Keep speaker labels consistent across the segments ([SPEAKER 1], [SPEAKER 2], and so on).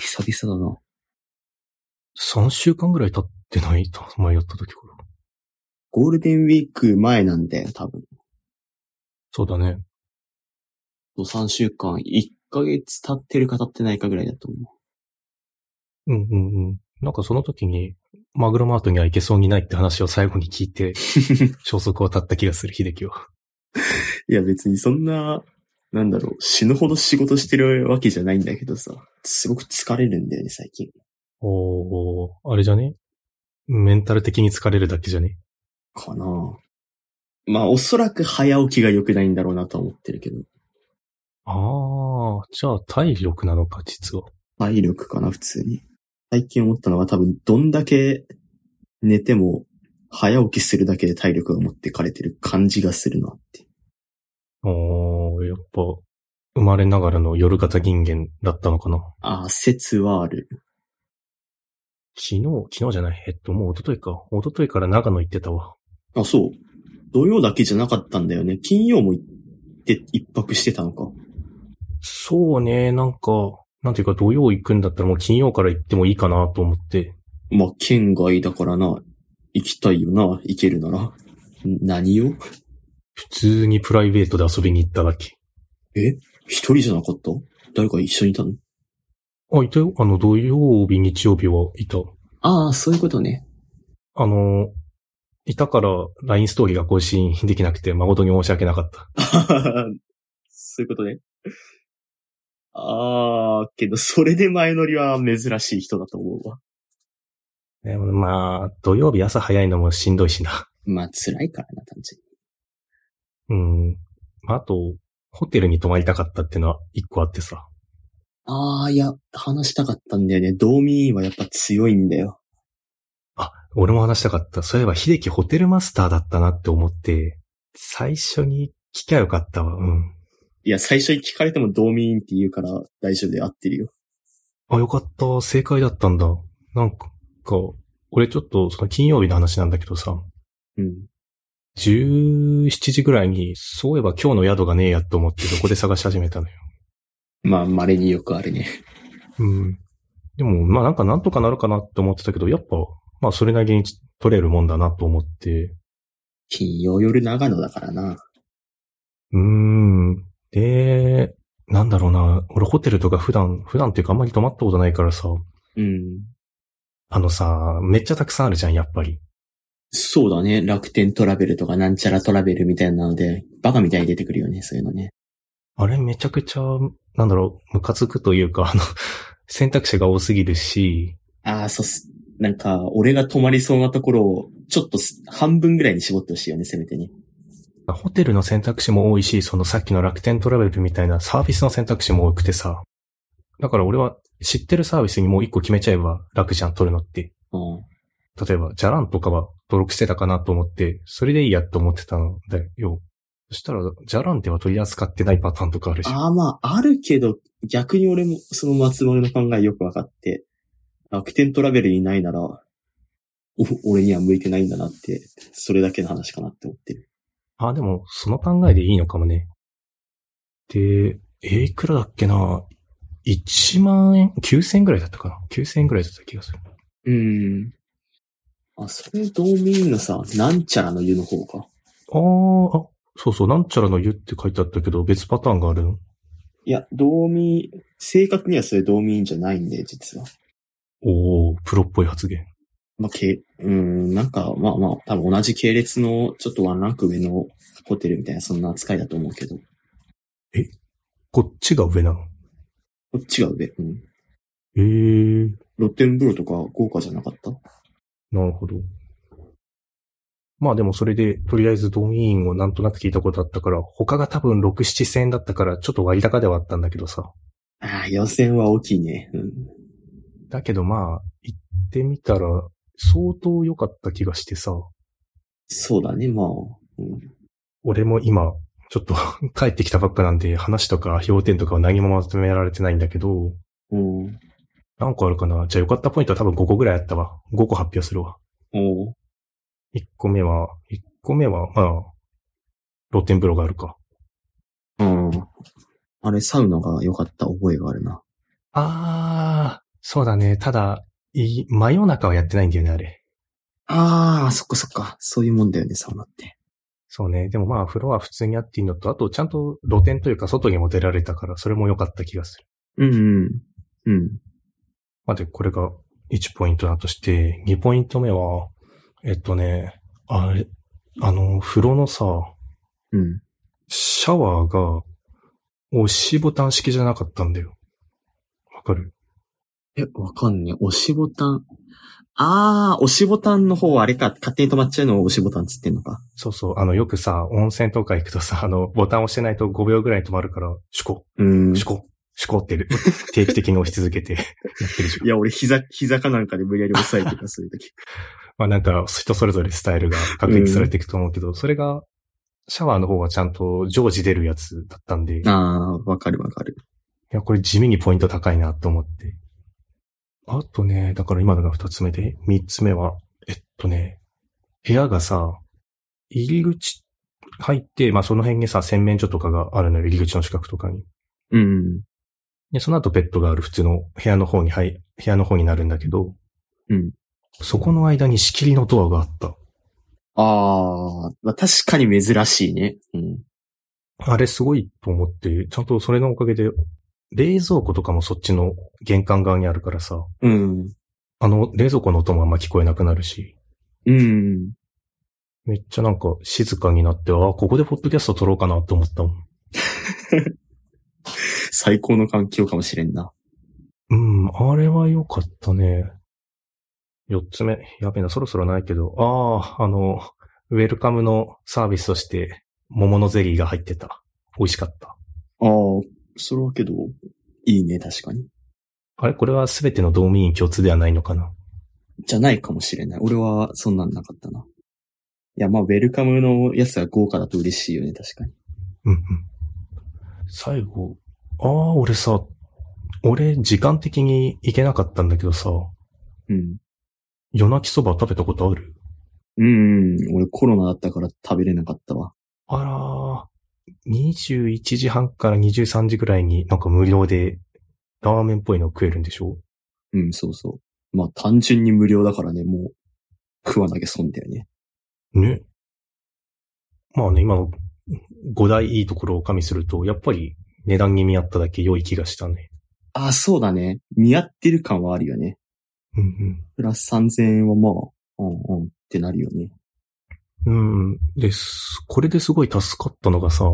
[SPEAKER 1] 久々だな。
[SPEAKER 2] 3週間ぐらい経ってないと、前やった時から。
[SPEAKER 1] ゴールデンウィーク前なんだよ、多分。
[SPEAKER 2] そうだね。
[SPEAKER 1] 3週間、1ヶ月経ってるか経ってないかぐらいだと思う。
[SPEAKER 2] うんうんうん。なんかその時に、マグロマートには行けそうにないって話を最後に聞いて、消息を絶った気がする、秀樹は。
[SPEAKER 1] いや、別にそんな、なんだろう、死ぬほど仕事してるわけじゃないんだけどさ、すごく疲れるんだよね、最近。
[SPEAKER 2] おー、あれじゃねメンタル的に疲れるだけじゃね
[SPEAKER 1] かなまあ、おそらく早起きが良くないんだろうなとは思ってるけど、
[SPEAKER 2] あー、じゃあ体力なのか、実は。
[SPEAKER 1] 体力かな、普通に。最近思ったのは多分、どんだけ寝ても、早起きするだけで体力が持ってかれてる感じがするなって。
[SPEAKER 2] おー、やっぱ、生まれながらの夜型人間だったのかな。
[SPEAKER 1] ああ、説はある。
[SPEAKER 2] 昨日、昨日じゃない、えっと、もう一昨日か。一昨日から長野行ってたわ。
[SPEAKER 1] あ、そう。土曜だけじゃなかったんだよね。金曜も行って、一泊してたのか。
[SPEAKER 2] そうね、なんか、なんていうか土曜行くんだったらもう金曜から行ってもいいかなと思って。
[SPEAKER 1] まあ、県外だからな。行きたいよな。行けるなら。ん何を
[SPEAKER 2] 普通にプライベートで遊びに行っただけ。
[SPEAKER 1] 一人じゃなかった誰か一緒にいたの
[SPEAKER 2] あ、いたよ。あの、土曜日、日曜日はいた。
[SPEAKER 1] ああ、そういうこと ね。
[SPEAKER 2] あの、いたから LINE ストーリーが更新できなくて誠に申し訳なかった。
[SPEAKER 1] そういうことね。ああ、けど、それで前乗りは珍しい人だと思うわ。
[SPEAKER 2] でもまあ、土曜日朝早いのもしんどいしな。
[SPEAKER 1] まあ、辛いからな、単純
[SPEAKER 2] うん。まあ、あと、ホテルに泊まりたかったってのは一個あってさ。
[SPEAKER 1] に。ああ、いや、話したかったんだよね。道民員はやっぱ強いんだよ。
[SPEAKER 2] あ、俺も話したかった。そういえば、秀樹ホテルマスターだったなって思って、最初に聞きゃよかったわ。うん。
[SPEAKER 1] いや、最初に聞かれても道民員って言うから大丈夫で合ってるよ。
[SPEAKER 2] あ、よかった。正解だったんだ。なんか、俺ちょっと、その金曜日の話なんだけどさ、
[SPEAKER 1] うん。
[SPEAKER 2] 17時ぐらいに、そういえば今日の宿がねえやと思って、そこで探し始めたのよ。
[SPEAKER 1] まあ、稀によくあるね。
[SPEAKER 2] うん。でも、まあなんかなんとかなるかなって思ってたけど、やっぱ、まあそれなりに取れるもんだなと思って、
[SPEAKER 1] 金曜夜長野だからな。
[SPEAKER 2] うーん。で、なんだろうな。俺ホテルとか普段、普段っていうかあんまり泊まったことないからさ。
[SPEAKER 1] うん。
[SPEAKER 2] あのさ、めっちゃたくさんあるじゃん、やっぱり。
[SPEAKER 1] そうだね。楽天トラベルとかなんちゃらトラベルみたいなので、バカみたいに出てくるよね、そういうのね。
[SPEAKER 2] あれめちゃくちゃ、なんだろう、ムカつくというか、あの、選択肢が多すぎるし、
[SPEAKER 1] ああ、そうっす。なんか、俺が泊まりそうなところを、ちょっとす半分ぐらいに絞ってほしいよね、せめてね。
[SPEAKER 2] ホテルの選択肢も多いし、そのさっきの楽天トラベルみたいなサービスの選択肢も多くてさ。だから俺は知ってるサービスにもう一個決めちゃえば楽じゃん、取るのって。
[SPEAKER 1] うん。
[SPEAKER 2] 例えば、じゃらんとかは登録してたかなと思って、それでいいやと思ってたんだよ。そしたら、じゃらんでは取り扱ってないパターンとかあるし。
[SPEAKER 1] ああ、まあ、あるけど、逆に俺もその松丸の考えよく分かって、楽天トラベルにないなら、お俺には向いてないんだなって、それだけの話かなって思ってる。
[SPEAKER 2] ああ、でも、その考えでいいのかもね。で、えーいくらだっけな ?1 万円 ?9000 円ぐらいだったかな ?9000 円ぐらいだった気がする。
[SPEAKER 1] うん。あ、それ、道民のさ、なんちゃらの湯の方か。
[SPEAKER 2] あーあ、そうそう、なんちゃらの湯って書いてあったけど、別パターンがあるの
[SPEAKER 1] いや、道民、正確にはそれ道民じゃないんで、実は。
[SPEAKER 2] おー、プロっぽい発言。
[SPEAKER 1] まあ、け、うん、なんか、まあまあ、多分同じ系列の、ちょっとワンランク上のホテルみたいな、そんな扱いだと思うけど。
[SPEAKER 2] こっちが上なの。
[SPEAKER 1] こっちが上。うん。
[SPEAKER 2] ええー、
[SPEAKER 1] 露天風呂とか豪華じゃなかった
[SPEAKER 2] なるほど。まあでもそれで、とりあえずドミーンをなんとなく聞いたことあったから、他が多分6、7千円だったから、ちょっと割高ではあったんだけどさ。
[SPEAKER 1] ああ、予選は大きいね。うん。
[SPEAKER 2] だけどまあ、行ってみたら、相当良かった気がしてさ、
[SPEAKER 1] そうだね、まあ。うん、
[SPEAKER 2] 俺も今、ちょっと 帰ってきたばっかなんで、話とか評点とかは何もまとめられてないんだけど、
[SPEAKER 1] うん。
[SPEAKER 2] 何個あるかなじゃあ良かったポイントは多分5個ぐらいあったわ。5個発表するわ。
[SPEAKER 1] おう
[SPEAKER 2] 1個目は、1個目は、まあ、露天風呂があるか。
[SPEAKER 1] うん。あれ、サウナが良かった覚えがあるな。
[SPEAKER 2] あそうだね。ただ、い真夜中はやってないんだよね、あれ。
[SPEAKER 1] ああ、そっかそっか。そういうもんだよね、サウナって。
[SPEAKER 2] そうね。でもまあ、風呂は普通にあっていいのと、あと、ちゃんと露店というか、外にも出られたから、それも良かった気がする。
[SPEAKER 1] うん、うん。うん。
[SPEAKER 2] まあ、で、これが1ポイントだとして、2ポイント目は、えっとね、あれ、あの、風呂のさ、
[SPEAKER 1] うん。
[SPEAKER 2] シャワーが、押しボタン式じゃなかったんだよ。わかる
[SPEAKER 1] え、わかんねえ。押しボタン。ああ、押しボタンの方はあれか。勝手に止まっちゃうのを押しボタンつってんのか。
[SPEAKER 2] そうそう。あの、よくさ、温泉とか行くとさ、あの、ボタン押してないと5秒ぐらい止まるから、シュコ、
[SPEAKER 1] うーん。
[SPEAKER 2] シュコ、シュコってる 定期的に押し続けてやってるじゃん
[SPEAKER 1] い。や、俺膝、膝かなんかで無理やり押さえてた、そういう時。
[SPEAKER 2] まあなんか人それぞれスタイルが確立されていくと思うけど、それが、シャワーの方はちゃんと常時出るやつだったんで、い
[SPEAKER 1] ああ、わかるわかる。
[SPEAKER 2] や、これ地味にポイント高いなと思って。あとね、だから今のが二つ目で、三つ目は、えっとね、部屋がさ、入り口入って、まあその辺にさ、洗面所とかがあるのよ、入り口の近くとかに。
[SPEAKER 1] うん。
[SPEAKER 2] で、その後ベッドがある普通の部屋の方に、はい、部屋の方になるんだけど、
[SPEAKER 1] うん。
[SPEAKER 2] そこの間に仕切りのドアがあった。
[SPEAKER 1] ああ、まあ、確かに珍しいね。うん。
[SPEAKER 2] あれすごいと思って、ちゃんとそれのおかげで、冷蔵庫とかもそっちの玄関側にあるからさ、
[SPEAKER 1] うん。
[SPEAKER 2] あの冷蔵庫の音もあんま聞こえなくなるし、
[SPEAKER 1] うん。
[SPEAKER 2] めっちゃなんか静かになって、ああ、ここでポッドキャスト撮ろうかなと思ったもん。
[SPEAKER 1] 最高の環境かもしれんな。
[SPEAKER 2] うん、あれは良かったね。四つ目。やべえな、そろそろないけど。ああ、あの、ウェルカムのサービスとして、桃のゼリーが入ってた。美味しかった。
[SPEAKER 1] ああ、それはけど、いいね、確かに。
[SPEAKER 2] あれこれは全ての道民員共通ではないのかな
[SPEAKER 1] じゃないかもしれない。俺はそんなんなかったな。いや、まあ、ウェルカムのやつが豪華だと嬉しいよね、確かに。
[SPEAKER 2] うんうん。最後、ああ、俺さ、俺時間的に行けなかったんだけどさ、
[SPEAKER 1] うん。
[SPEAKER 2] 夜泣きそば食べたことある
[SPEAKER 1] うん、うん、俺コロナだったから食べれなかったわ。
[SPEAKER 2] あらー、21時半から23時ぐらいになんか無料でラーメンっぽいの食えるんでしょ
[SPEAKER 1] うん、そうそう。まあ、単純に無料だからね、もう、食わなきゃ損だよね。
[SPEAKER 2] ね。まあね、今の5大いいところを加味すると、やっぱり値段に見合っただけ良い気がしたね。
[SPEAKER 1] ああ、そうだね。見合ってる感はあるよね。
[SPEAKER 2] うん
[SPEAKER 1] プラス3000円はまあ、うんうんってなるよね。
[SPEAKER 2] うん。うん。です。これですごい助かったのがさ、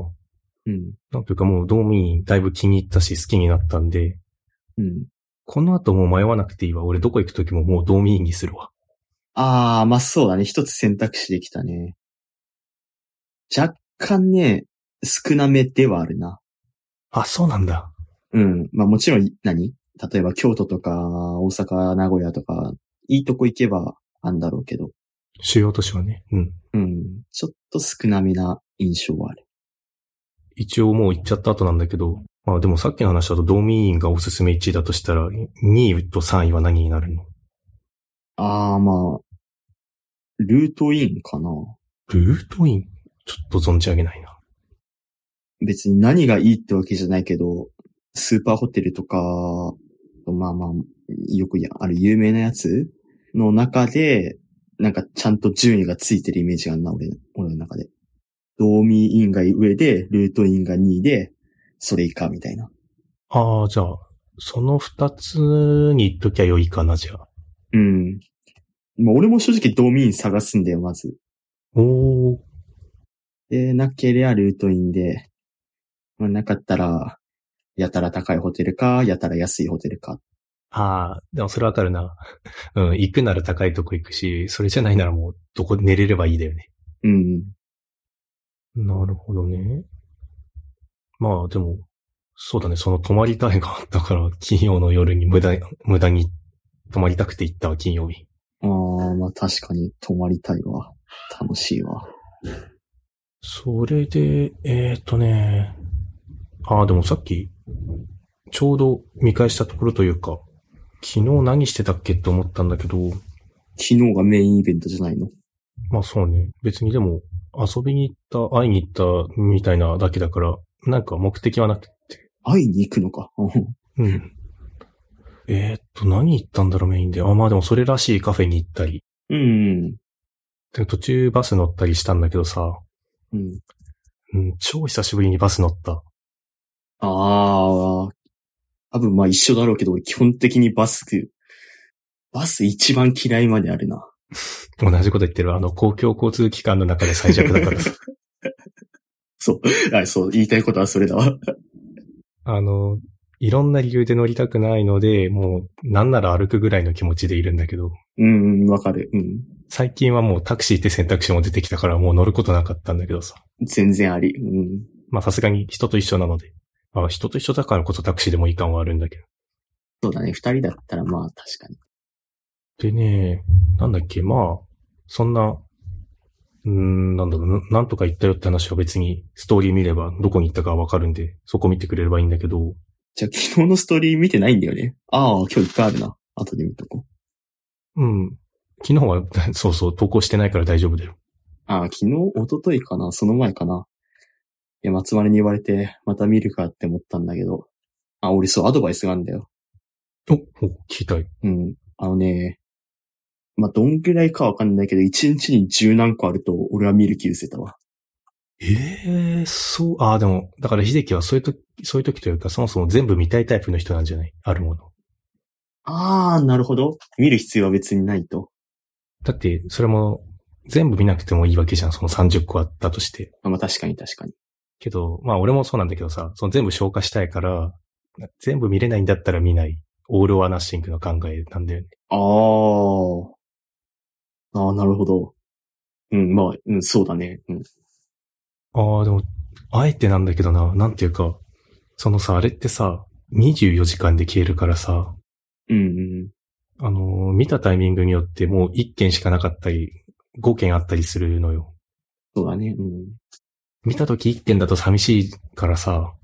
[SPEAKER 1] うん、
[SPEAKER 2] なんというかもうドーミーだいぶ気に入ったし好きになったんで、
[SPEAKER 1] うん。
[SPEAKER 2] この後もう迷わなくていいわ。俺どこ行くときももうドーミーにするわ。
[SPEAKER 1] ああ、まあそうだね。一つ選択肢できたね。若干ね、少なめではあるな。
[SPEAKER 2] あ、そうなんだ。
[SPEAKER 1] うん。まあもちろん、何例えば京都とか、大阪、名古屋とか、いいとこ行けばあんだろうけど。
[SPEAKER 2] 主要都市はね。うん。
[SPEAKER 1] うん。ちょっと少なめな印象はある。
[SPEAKER 2] 一応もう行っちゃった後なんだけど、まあでもさっきの話だとドーミーンがおすすめ1位だとしたら、2位と3位は何になるの
[SPEAKER 1] ああ、まあ、ルートインかな。
[SPEAKER 2] ルートインちょっと存じ上げないな。
[SPEAKER 1] 別に何がいいってわけじゃないけど、スーパーホテルとか、まあまあ、よくやある有名なやつの中で、なんかちゃんと順位がついてるイメージがあんな、俺、俺の中で。ドーミーインが上で、ルートインが2位で、それ以下みたいな。
[SPEAKER 2] ああ、じゃあ、その2つに行っときゃ良いかな、じゃあ。
[SPEAKER 1] うん。まあ俺も正直ドーミーイン探すんだよ、まず。
[SPEAKER 2] おー、
[SPEAKER 1] で、なければルートインで、まあなかったら、やたら高いホテルか、やたら安いホテルか。
[SPEAKER 2] ああ、でもそれわかるな。うん、行くなら高いとこ行くし、それじゃないならもうどこ寝れればいいだよね。
[SPEAKER 1] うん。
[SPEAKER 2] なるほどね。まあでも、そうだね、その泊まりたいがあったから、 金曜の夜に無駄、無駄に泊まりたくて行ったわ、金曜日。
[SPEAKER 1] ああ、まあ確かに泊まりたいわ。楽しいわ。
[SPEAKER 2] それで、えー、っとね、ああ、でもさっき、ちょうど見返したところというか、昨日何してたっけって思ったんだけど、
[SPEAKER 1] 昨日がメインイベントじゃないの
[SPEAKER 2] まあそうね。別にでも、遊びに行った、会いに行ったみたいなだけだから、なんか目的はなくて。
[SPEAKER 1] 会いに行くのか。うん
[SPEAKER 2] うん。えーっと何行ったんだろうメインで。あ、まあでもそれらしいカフェに行ったり。
[SPEAKER 1] うん。
[SPEAKER 2] で、途中バス乗ったりしたんだけどさ、
[SPEAKER 1] うん。
[SPEAKER 2] うん、超久しぶりにバス乗った。
[SPEAKER 1] ああ、多分まあ一緒だろうけど、俺基本的にバス、バス一番嫌いまであるな。
[SPEAKER 2] 同じこと言ってる。あの、公共交通機関の中で最弱だからさ。
[SPEAKER 1] あ そう、言いたいことはそれだわ。
[SPEAKER 2] あの、いろんな理由で乗りたくないので、もう、なんなら歩くぐらいの気持ちでいるんだけど、
[SPEAKER 1] うん、うんわかる。うん。
[SPEAKER 2] 最近はもうタクシーって選択肢も出てきたからもう乗ることなかったんだけどさ。
[SPEAKER 1] 全然あり。うん。
[SPEAKER 2] まあさすがに人と一緒なので。あ人と一緒だからこそタクシーでもいい感はあるんだけど。
[SPEAKER 1] そうだね。二人だったらまあ確かに。
[SPEAKER 2] でね、なんだっけ、まあ、そんな、うーん、なんだろうな、なんとか行ったよって話は別に、ストーリー見ればどこに行ったかわかるんで、そこ見てくれればいいんだけど、
[SPEAKER 1] じゃあ昨日のストーリー見てないんだよね。ああ、今日いっぱいあるな。後で見とこう。
[SPEAKER 2] うん。昨日は、 そうそう、投稿してないから大丈夫だよ。
[SPEAKER 1] ああ、昨日、一昨日かなその前かな。いや、松丸に言われて、また見るかって思ったんだけど。あ、俺そう、アドバイスがあるんだよ。
[SPEAKER 2] お、お、聞きたい。
[SPEAKER 1] うん。あのね、まあ、どんぐらいかわかんないけど、一日に十何個あると、俺は見る気失せたわ。
[SPEAKER 2] ええそう、ああ、でも、だから秀樹はそういうとき、そういう時というか、そもそも全部見たいタイプの人なんじゃないあるもの。
[SPEAKER 1] ああ、なるほど。見る必要は別にないと。
[SPEAKER 2] だって、それも、全部見なくてもいいわけじゃん、その30個あったとして。
[SPEAKER 1] あまあ、確かに確かに。
[SPEAKER 2] けど、まあ俺もそうなんだけどさ、その全部消化したいから、全部見れないんだったら見ない。オールオアナッシングの考えなんだよね。
[SPEAKER 1] あーあー、なるほど。うん、まあ、うん、そうだね。うん。
[SPEAKER 2] ああ、でも、あえてなんだけどな、なんていうか、そのさ、あれってさ、24時間で消えるからさ、
[SPEAKER 1] うん、うん。
[SPEAKER 2] あのー見たタイミングによってもう1件しかなかったり、5件あったりするのよ。
[SPEAKER 1] そうだね。うん。
[SPEAKER 2] 見た時1件だと寂しいからさ、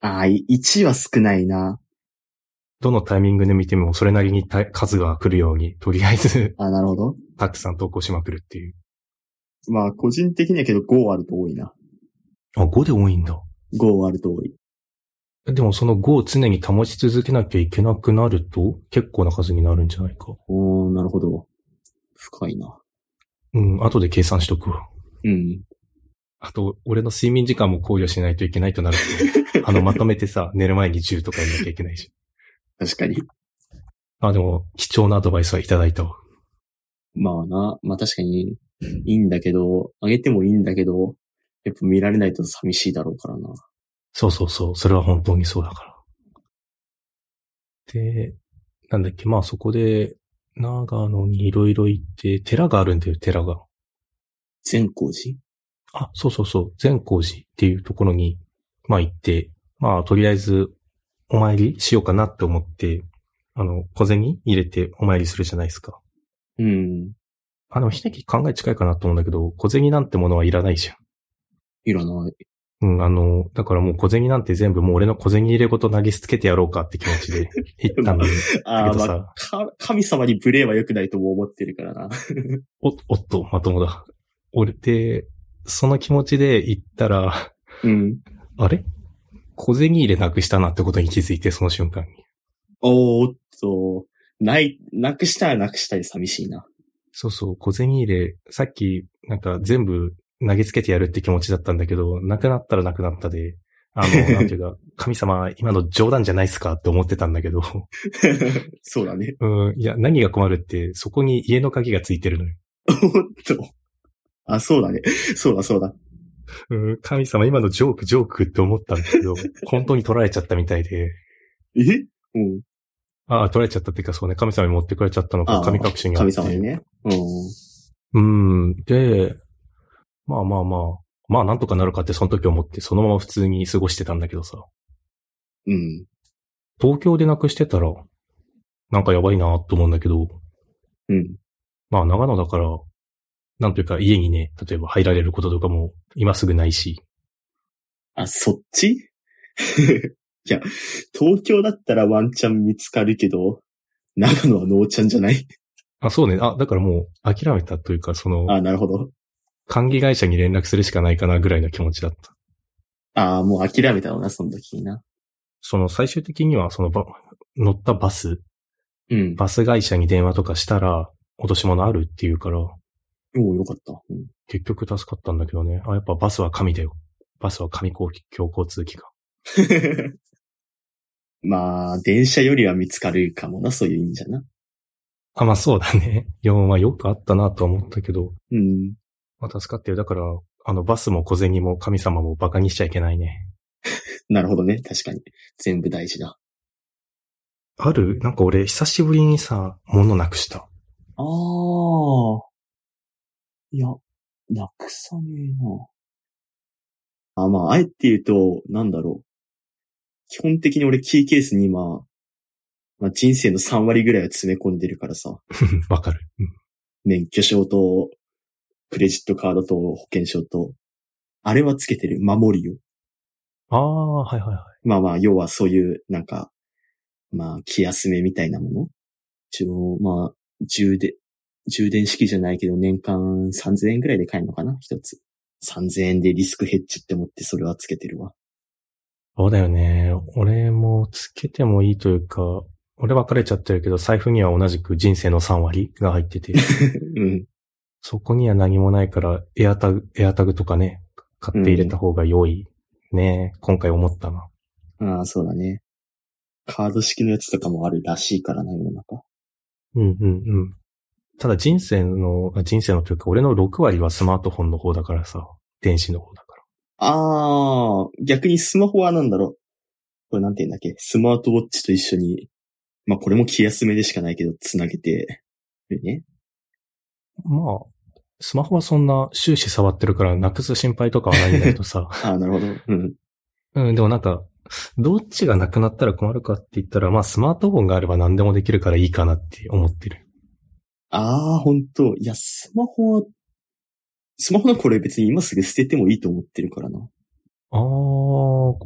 [SPEAKER 1] ああ、1は少ないな。
[SPEAKER 2] どのタイミングで見てもそれなりにた数が来るように、とりあえず
[SPEAKER 1] あーなるほど。
[SPEAKER 2] たくさん投稿しまくるっていう。
[SPEAKER 1] まあ、個人的にはけど5あると多いな。
[SPEAKER 2] あ、5で多いんだ。
[SPEAKER 1] 5あると多い。
[SPEAKER 2] でもその5を常に保ち続けなきゃいけなくなると、結構な数になるんじゃないか。
[SPEAKER 1] おー、なるほど。深いな。
[SPEAKER 2] うん、後で計算しとくわ。
[SPEAKER 1] うん。
[SPEAKER 2] あと、俺の睡眠時間も考慮しないといけないとなる と、あの、まとめてさ、寝る前に10とかやんなきゃいけないし。
[SPEAKER 1] 確かに。
[SPEAKER 2] あ、でも、貴重なアドバイスはいただいたわ。
[SPEAKER 1] まあな、まあ確かに、いいんだけど、あげてもいいんだけど、やっぱ見られないと寂しいだろうからな。
[SPEAKER 2] そうそうそう、それは本当にそうだから。で、なんだっけ、まあそこで、長野にいろいろ行って、寺があるんだよ、寺が。
[SPEAKER 1] 善光寺
[SPEAKER 2] あ、そうそうそう、善光寺っていうところに、まあ行って、まあとりあえず、お参りしようかなって思って、あの、小銭入れてお参りするじゃないですか。
[SPEAKER 1] うん。
[SPEAKER 2] あの、秀樹考え近いかなと思うんだけど、小銭なんてものはいらないじゃん。
[SPEAKER 1] いらない。
[SPEAKER 2] うん、あの、だからもう小銭なんて全部もう俺の小銭入れごと投げつけてやろうかって気持 ちで行ったんだ
[SPEAKER 1] あ
[SPEAKER 2] け
[SPEAKER 1] あ、
[SPEAKER 2] ど
[SPEAKER 1] ま
[SPEAKER 2] さ
[SPEAKER 1] あ、か神様に無礼は良くないとも思ってるからな。
[SPEAKER 2] お、おっと、まともだ。俺って、その気持ちで行ったら、
[SPEAKER 1] うん。
[SPEAKER 2] あれ小銭入れなくしたなってことに気づいて、その瞬間に。
[SPEAKER 1] おーっと、ない、なくしたらなくしたり寂しい な。
[SPEAKER 2] そうそう、小銭入れ、さっき、なんか全部投げつけてやるって気持ちだったんだけど、なくなったらなくなったで、あ の、なんていうか、神様、今の冗談じゃないっすかって思ってたんだけど、
[SPEAKER 1] そうだね。
[SPEAKER 2] うん、いや、何が困るって、そこに家の鍵がついてるのよ。
[SPEAKER 1] おーっと。あ、そうだね。そうだそうだ。
[SPEAKER 2] うん、神様、今のジョーク、ジョークって思ったんだけ ど、本当に取られちゃったみたいで、
[SPEAKER 1] えうん。
[SPEAKER 2] ああ、取られちゃったっていうか、そうね、神様に持ってくれちゃったの
[SPEAKER 1] あ
[SPEAKER 2] か、
[SPEAKER 1] あ
[SPEAKER 2] 神隠しにあっ
[SPEAKER 1] 神
[SPEAKER 2] て。
[SPEAKER 1] 様にね。うん。
[SPEAKER 2] うん。で、まあまあまあ、まあなんとかなるかってその時思って、そのまま普通に過ごしてたんだけどさ。
[SPEAKER 1] うん。
[SPEAKER 2] 東京でなくしてたら、なんかやばいなと思うんだけど、
[SPEAKER 1] うん。
[SPEAKER 2] まあ長野だから、なんというか家にね、例えば入られることとかも今すぐないし、
[SPEAKER 1] あ、そっち いや、東京だったらワンチャン見つかるけど、長野はノーチャンじゃない
[SPEAKER 2] あ、そうね、あ、だからもう諦めたというか、その、
[SPEAKER 1] あ、なるほど。
[SPEAKER 2] 管理会社に連絡するしかないかなぐらいの気持ちだった。
[SPEAKER 1] あもう諦めたのな、その時にな。
[SPEAKER 2] その最終的にはそのば乗ったバス
[SPEAKER 1] うん。
[SPEAKER 2] バス会社に電話とかしたら、落とし物あるって言うから、
[SPEAKER 1] おおよかった。うん。
[SPEAKER 2] 結局助かったんだけどね。あ、やっぱバスは神だよ。バスは神公共交通機関。
[SPEAKER 1] まあ、電車よりは見つかるかもな、そういう意味じゃな。
[SPEAKER 2] あ、まあそうだね。 いや、まあよくあったなとは思ったけど、
[SPEAKER 1] うん。
[SPEAKER 2] まあ助かってる。だから、あの、バスも小銭も神様もバカにしちゃいけないね。
[SPEAKER 1] なるほどね。確かに。全部大事だ。
[SPEAKER 2] あるなんか俺、久しぶりにさ、物なくした。
[SPEAKER 1] ああ。いや、なくさねえな。あ、まあ、あえて言うと、なんだろう。基本的に俺キーケースに今、まあ人生の3割ぐらいは詰め込んでるからさ。
[SPEAKER 2] わかる。うん
[SPEAKER 1] 免許証と、クレジットカードと保険証と、あれはつけてる。守りよ。
[SPEAKER 2] ああ、はいはいはい。
[SPEAKER 1] まあまあ、要はそういう、なんか、まあ、気休めみたいなもの。一応、まあ、充電、充電式じゃないけど、年間3000円ぐらいで買えるのかな一つ。3000円でリスクヘッジって思ってそれはつけてるわ。
[SPEAKER 2] そうだよね。俺もつけてもいいというか、俺別れちゃってるけど、財布には同じく人生の3割が入ってて、
[SPEAKER 1] うん。
[SPEAKER 2] そこには何もないから、エアタグ、エアタグとかね、買って入れた方が良い。ね今回思ったな。
[SPEAKER 1] ああ、そうだね。カード式のやつとかもあるらしいからな、世の中。
[SPEAKER 2] うんうんうん。ただ人生の、あ人生のというか、俺の6割はスマートフォンの方だからさ、電子の方だから。
[SPEAKER 1] ああ、逆にスマホはなんだろう。これなんて言うんだっけスマートウォッチと一緒に、まあこれも気休めでしかないけど、つなげてるね。
[SPEAKER 2] まあ、スマホはそんな終始触ってるから、なくす心配とかはないんだけどさ、
[SPEAKER 1] ああ、なるほど。うん。
[SPEAKER 2] うん、でもなんか、どっちがなくなったら困るかって言ったら、まあスマートフォンがあれば何でもできるからいいかなって思ってる。
[SPEAKER 1] ああ、本当いや、スマホは、スマホのこれ別に今すぐ捨ててもいいと思ってるからな。
[SPEAKER 2] あー、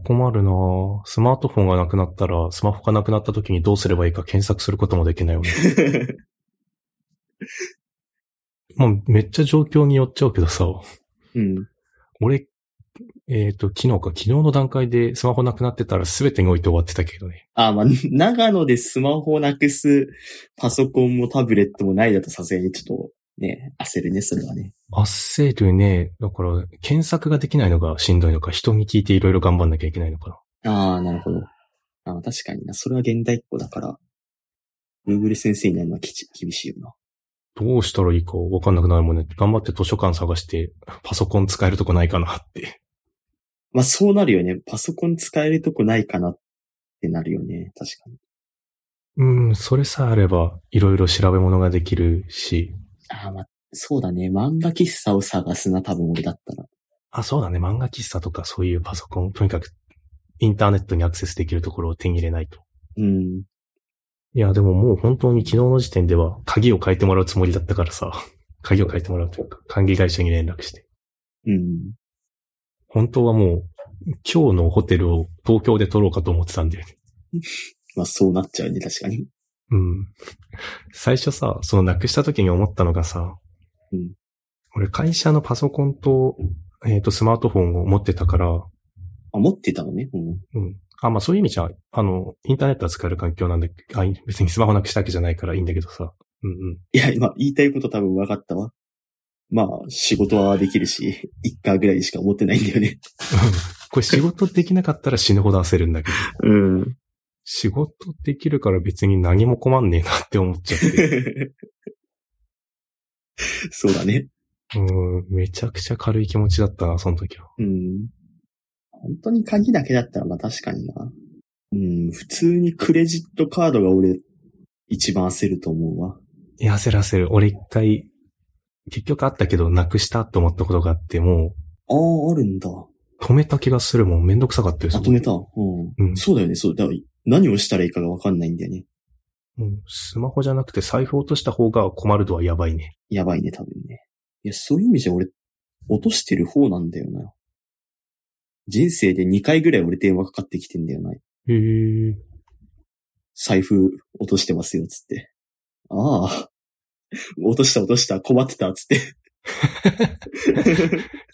[SPEAKER 2] 困るなぁスマートフォンがなくなったら、スマホがなくなった時にどうすればいいか検索することもできないよね。まあめっちゃ状況によっちゃうけどさ、
[SPEAKER 1] うん。
[SPEAKER 2] 俺、えっ、と、昨日か、昨日の段階でスマホなくなってたら全てにおいて終わってたけどね。
[SPEAKER 1] ああ、まあ、長野でスマホをなくすパソコンもタブレットもないだとさすがにちょっとね、焦るね、それはね。
[SPEAKER 2] 焦るね。だから、検索ができないのがしんどいのか、人に聞いていろいろ頑張んなきゃいけないのかな。
[SPEAKER 1] ああ、なるほど。ああ、確かにな。それは現代っ子だから、Google 先生になるのはきち厳しいよな。
[SPEAKER 2] どうしたらいいかわかんなくなるもんね。頑張って図書館探して、パソコン使えるとこないかなって。
[SPEAKER 1] まあ、そうなるよね。パソコン使えるとこないかなってなるよね。確かに。
[SPEAKER 2] うん、それさえあれば、いろいろ調べ物ができるし。
[SPEAKER 1] ああ、まあ、そうだね。漫画喫茶を探すな、多分俺だったら。
[SPEAKER 2] あ、そうだね。漫画喫茶とかそういうパソコン、とにかく、インターネットにアクセスできるところを手に入れないと。
[SPEAKER 1] うん。
[SPEAKER 2] いや、でももう本当に昨日の時点では、鍵を変えてもらうつもりだったからさ。 鍵を変えてもらうというか、管理会社に連絡して。
[SPEAKER 1] うん。
[SPEAKER 2] 本当はもう、今日のホテルを東京で取ろうかと思ってたんだよね
[SPEAKER 1] まあそうなっちゃうね、確かに。
[SPEAKER 2] うん。最初さ、そのなくした時に思ったのがさ、
[SPEAKER 1] うん
[SPEAKER 2] 俺会社のパソコンと、えっ、と、スマートフォンを持ってたから、
[SPEAKER 1] あ、持ってたのね。うん。
[SPEAKER 2] うん。あ、まあそういう意味じゃ、あの、インターネットは使える環境なんだけど、あい別にスマホなくしたわけじゃないからいいんだけどさ。うんうん。
[SPEAKER 1] いや、今言いたいこと多分分かったわ。まあ、仕事はできるし、一家ぐらいしか持ってないんだよね。
[SPEAKER 2] これ仕事できなかったら死ぬほど焦るんだけど、
[SPEAKER 1] うん。
[SPEAKER 2] 仕事できるから別に何も困んねえなって思っちゃって。
[SPEAKER 1] そうだね。
[SPEAKER 2] うん、めちゃくちゃ軽い気持ちだったな、その時は。
[SPEAKER 1] うん。本当に鍵だけだったらまあ確かにな。うん、普通にクレジットカードが俺、一番焦ると思うわ。
[SPEAKER 2] いや、焦る焦る。俺一回、結局あったけど、なくしたと思ったことがあって、も
[SPEAKER 1] ああ、あるんだ。
[SPEAKER 2] う、止めた気がするもん。めんどくさかったよ、
[SPEAKER 1] ま
[SPEAKER 2] そ
[SPEAKER 1] と
[SPEAKER 2] こ
[SPEAKER 1] めた。うん。
[SPEAKER 2] うん、
[SPEAKER 1] そうだよね、そう。だから何をしたらいいかが分かんないんだよね。
[SPEAKER 2] うんスマホじゃなくて財布落とした方が困る度はやばいね。
[SPEAKER 1] やばいね、多分ね。いや、そういう意味じゃ俺、落としてる方なんだよな。人生で2回ぐらい俺電話かかってきてんだよな。
[SPEAKER 2] へえ。
[SPEAKER 1] 財布落としてますよ、つって。ああ。落とした落とした、困ってた、つって。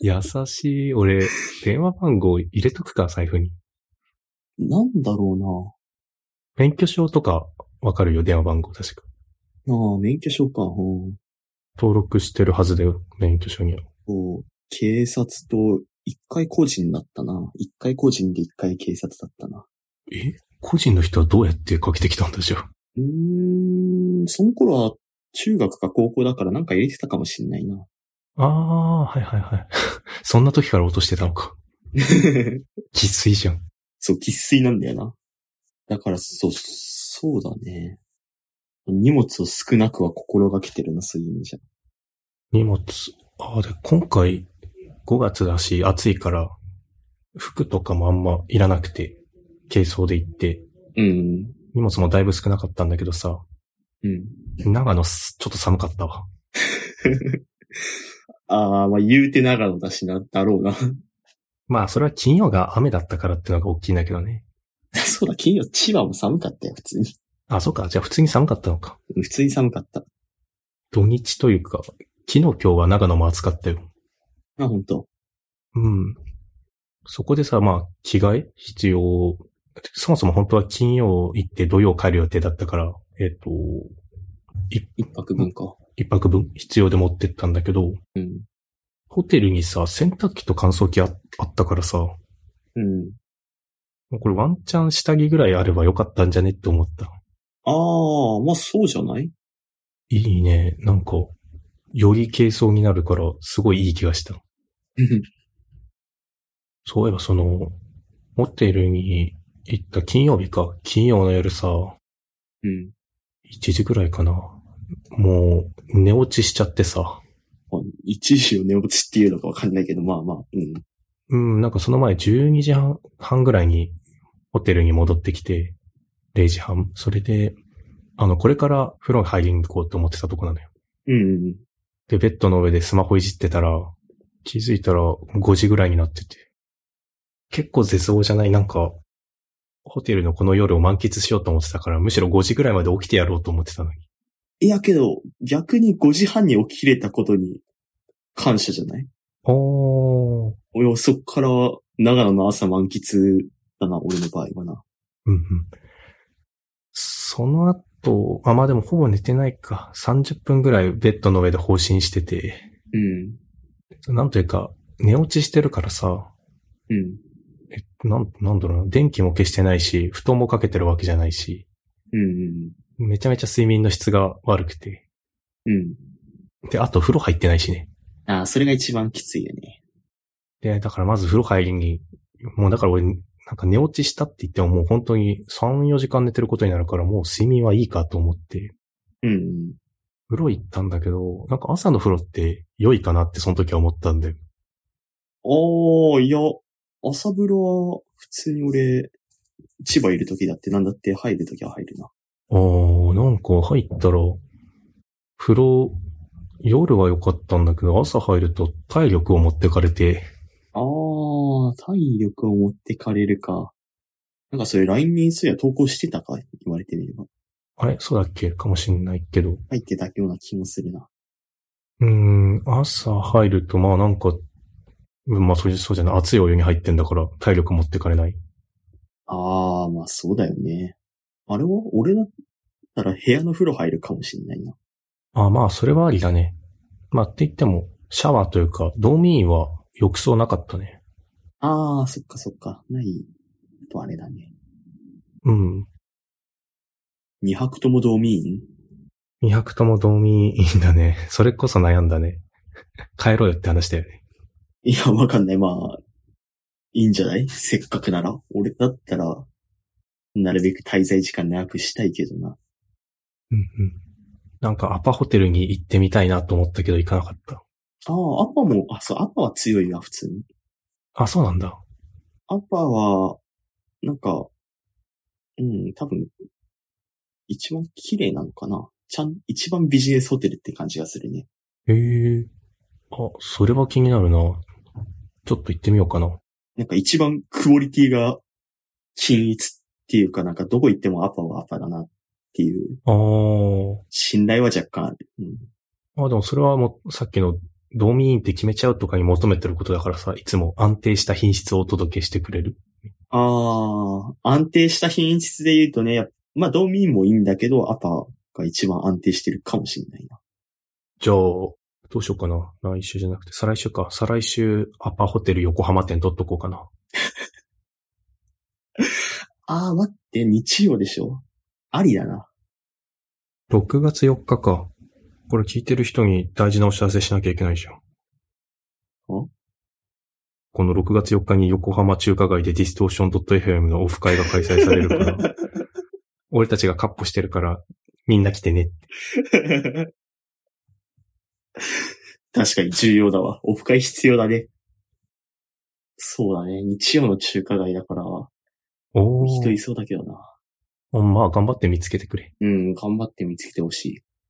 [SPEAKER 2] 優しい。俺、電話番号入れとくか、財布に。
[SPEAKER 1] なんだろ
[SPEAKER 2] 免許証とかわかるよ、電話番号確か。
[SPEAKER 1] ああ、免許証か。うん。
[SPEAKER 2] 登録してるはずだよ、免許証には。
[SPEAKER 1] こう、警察と、一回個人だったな。一回個人で一回警察だったな。
[SPEAKER 2] え個人の人はどうやってかけてきたんでしょ
[SPEAKER 1] う
[SPEAKER 2] う
[SPEAKER 1] ーん、その頃は中学か高校だからなんか入れてたかもしんないな。
[SPEAKER 2] ああー、はいはいはい。 そんな時から落としてたのか。きついじゃん。
[SPEAKER 1] そう、喫水なんだよな。だから、そう、そうだね。荷物を少なくは心がけてるな、そういう意味じゃ。
[SPEAKER 2] 荷物。ああ、で、今回、5月だし、暑いから、服とかもあんまいらなくて、軽装で行って、
[SPEAKER 1] うん。
[SPEAKER 2] 荷物もだいぶ少なかったんだけどさ、
[SPEAKER 1] うん。
[SPEAKER 2] 長野す、ちょっと寒かったわ。
[SPEAKER 1] ああ、まあ言うて長野だしな、だろうな。
[SPEAKER 2] まあ、それは金曜が雨だったからってのが大きいんだけどね。
[SPEAKER 1] そうだ、金曜、千葉も寒かったよ、普通に。
[SPEAKER 2] あ、そうか。じゃあ普通に寒かったのか。
[SPEAKER 1] 普通に寒かった。
[SPEAKER 2] 土日というか、昨日今日は長野も暑かったよ。
[SPEAKER 1] あ、本当
[SPEAKER 2] うん。そこでさ、まあ、着替え必要。そもそも本当は金曜行って土曜帰る予定だったから、えっ、と、
[SPEAKER 1] 一泊分か。
[SPEAKER 2] 一泊分必要で持ってったんだけど、
[SPEAKER 1] うん。
[SPEAKER 2] ホテルにさ、洗濯機と乾燥機ああったからさ、も
[SPEAKER 1] うん。
[SPEAKER 2] うこれワンチャン下着ぐらいあればよかったんじゃねって思った。
[SPEAKER 1] ああ、まあそうじゃない
[SPEAKER 2] いいね。なんか、より軽装になるから、すごいいい気がした。そういえばその、ホテルに行った金曜日か。金曜の夜さ、
[SPEAKER 1] うん。
[SPEAKER 2] 1時ぐらいかな。もう、寝落ちしちゃってさ。
[SPEAKER 1] まあ一時を寝落ちっていうのかわかんないけど、まあまあ、うん。
[SPEAKER 2] うん、なんかその前12時半半ぐらいにホテルに戻ってきて、0時半。それで、あの、これから風呂に入りに行こうと思ってたとこなのよ。
[SPEAKER 1] うん。
[SPEAKER 2] で、ベッドの上でスマホいじってたら、気づいたら5時ぐらいになってて。結構絶望じゃないなんか、ホテルのこの夜を満喫しようと思ってたから、むしろ5時ぐらいまで起きてやろうと思ってたのに。
[SPEAKER 1] いやけど、逆に5時半に起きれたことに感謝じゃない
[SPEAKER 2] おー。
[SPEAKER 1] 俺はそっから長野の朝満喫だな、俺の場合はな。
[SPEAKER 2] うんうん。その後、あ、まあでもほぼ寝てないか。30分ぐらいベッドの上で放心してて、
[SPEAKER 1] うん。
[SPEAKER 2] なんというか、寝落ちしてるからさ、
[SPEAKER 1] うん。
[SPEAKER 2] え、なん、なんだろうな、電気も消してないし、布団もかけてるわけじゃないし、
[SPEAKER 1] うん。
[SPEAKER 2] めちゃめちゃ睡眠の質が悪くて。
[SPEAKER 1] うん。
[SPEAKER 2] で、あと風呂入ってないしね。
[SPEAKER 1] ああ、それが一番きついよね。
[SPEAKER 2] で、だからまず風呂入りに、もうだから俺、なんか寝落ちしたって言ってももう本当に3、4時間寝てることになるからもう睡眠はいいかと思って、
[SPEAKER 1] うん。
[SPEAKER 2] 風呂行ったんだけど、なんか朝の風呂って良いかなってその時は思ったんだよ。
[SPEAKER 1] ああ、いや、朝風呂は普通に俺、千葉いる時だってなんだって入る時は入るな。
[SPEAKER 2] あー、なんか入ったら、風呂、夜は良かったんだけど、朝入ると体力を持ってかれて、
[SPEAKER 1] ああ、体力を持ってかれるか。なんかそれ LINE にそういや投稿してたか言われてみれば。
[SPEAKER 2] あれそうだっけかもしんないけど。
[SPEAKER 1] 入ってたような気もするな。
[SPEAKER 2] うーん、朝入ると、まあなんか、うんまあそうじゃそうじゃない、熱いお湯に入ってんだから体力持ってかれない。
[SPEAKER 1] ああ、まあそうだよね。あれは俺だったら部屋の風呂入るかもしれないな。
[SPEAKER 2] あまあそれはありだね。まあって言っても、シャワーというか、道民員は浴槽なかったね。
[SPEAKER 1] ああ、そっかそっか。ない。とあれだね。
[SPEAKER 2] うん。
[SPEAKER 1] 二泊とも同民員
[SPEAKER 2] 二泊とも同民いいんだね。それこそ悩んだね。帰ろうよって話だよね。
[SPEAKER 1] いや、わかんない。まあ、いいんじゃないせっかくなら。俺だったら、なるべく滞在時間長くしたいけどな。
[SPEAKER 2] うんうん。なんかアパホテルに行ってみたいなと思ったけど行かなかった。
[SPEAKER 1] ああ、アパも、あ、そう、アパは強いわ、普通に。
[SPEAKER 2] あ、そうなんだ。
[SPEAKER 1] アパは、なんか、うん、多分、一番綺麗なのかな。ちゃん、一番ビジネスホテルって感じがするね。
[SPEAKER 2] へえ。あ、それは気になるな。ちょっと行ってみようかな。
[SPEAKER 1] なんか一番クオリティが均一っていうか、なんかどこ行ってもアパはアパだなっていう
[SPEAKER 2] あー。
[SPEAKER 1] 信頼は若干ある。うん。
[SPEAKER 2] あ、でもそれはもうさっきの同民員って決めちゃうとかに求めてることだからさ、いつも安定した品質をお届けしてくれる。
[SPEAKER 1] ああ、安定した品質で言うとね、やっまあ、ドーミーもいいんだけど、アパーが一番安定してるかもしれないな。
[SPEAKER 2] じゃあ、どうしようかな。来週じゃなくて、再来週か。再来週、アパホテル横浜店取っとこうかな。
[SPEAKER 1] あー、待って、日曜でしょありだな。
[SPEAKER 2] 6月4日か。これ聞いてる人に大事なお知らせしなきゃいけないじゃん。この6月4日に横浜中華街でディストーション .fm のオフ会が開催され るから、俺たちがカッポしてるから、みんな来てねって。
[SPEAKER 1] 確かに重要だわ。オフ会必要だね。そうだね。日曜の中華街だから、
[SPEAKER 2] お
[SPEAKER 1] 人
[SPEAKER 2] ー
[SPEAKER 1] いそうだけどな。
[SPEAKER 2] まあ、頑張って見つけてくれ。
[SPEAKER 1] うん、頑張って見つけてほしい。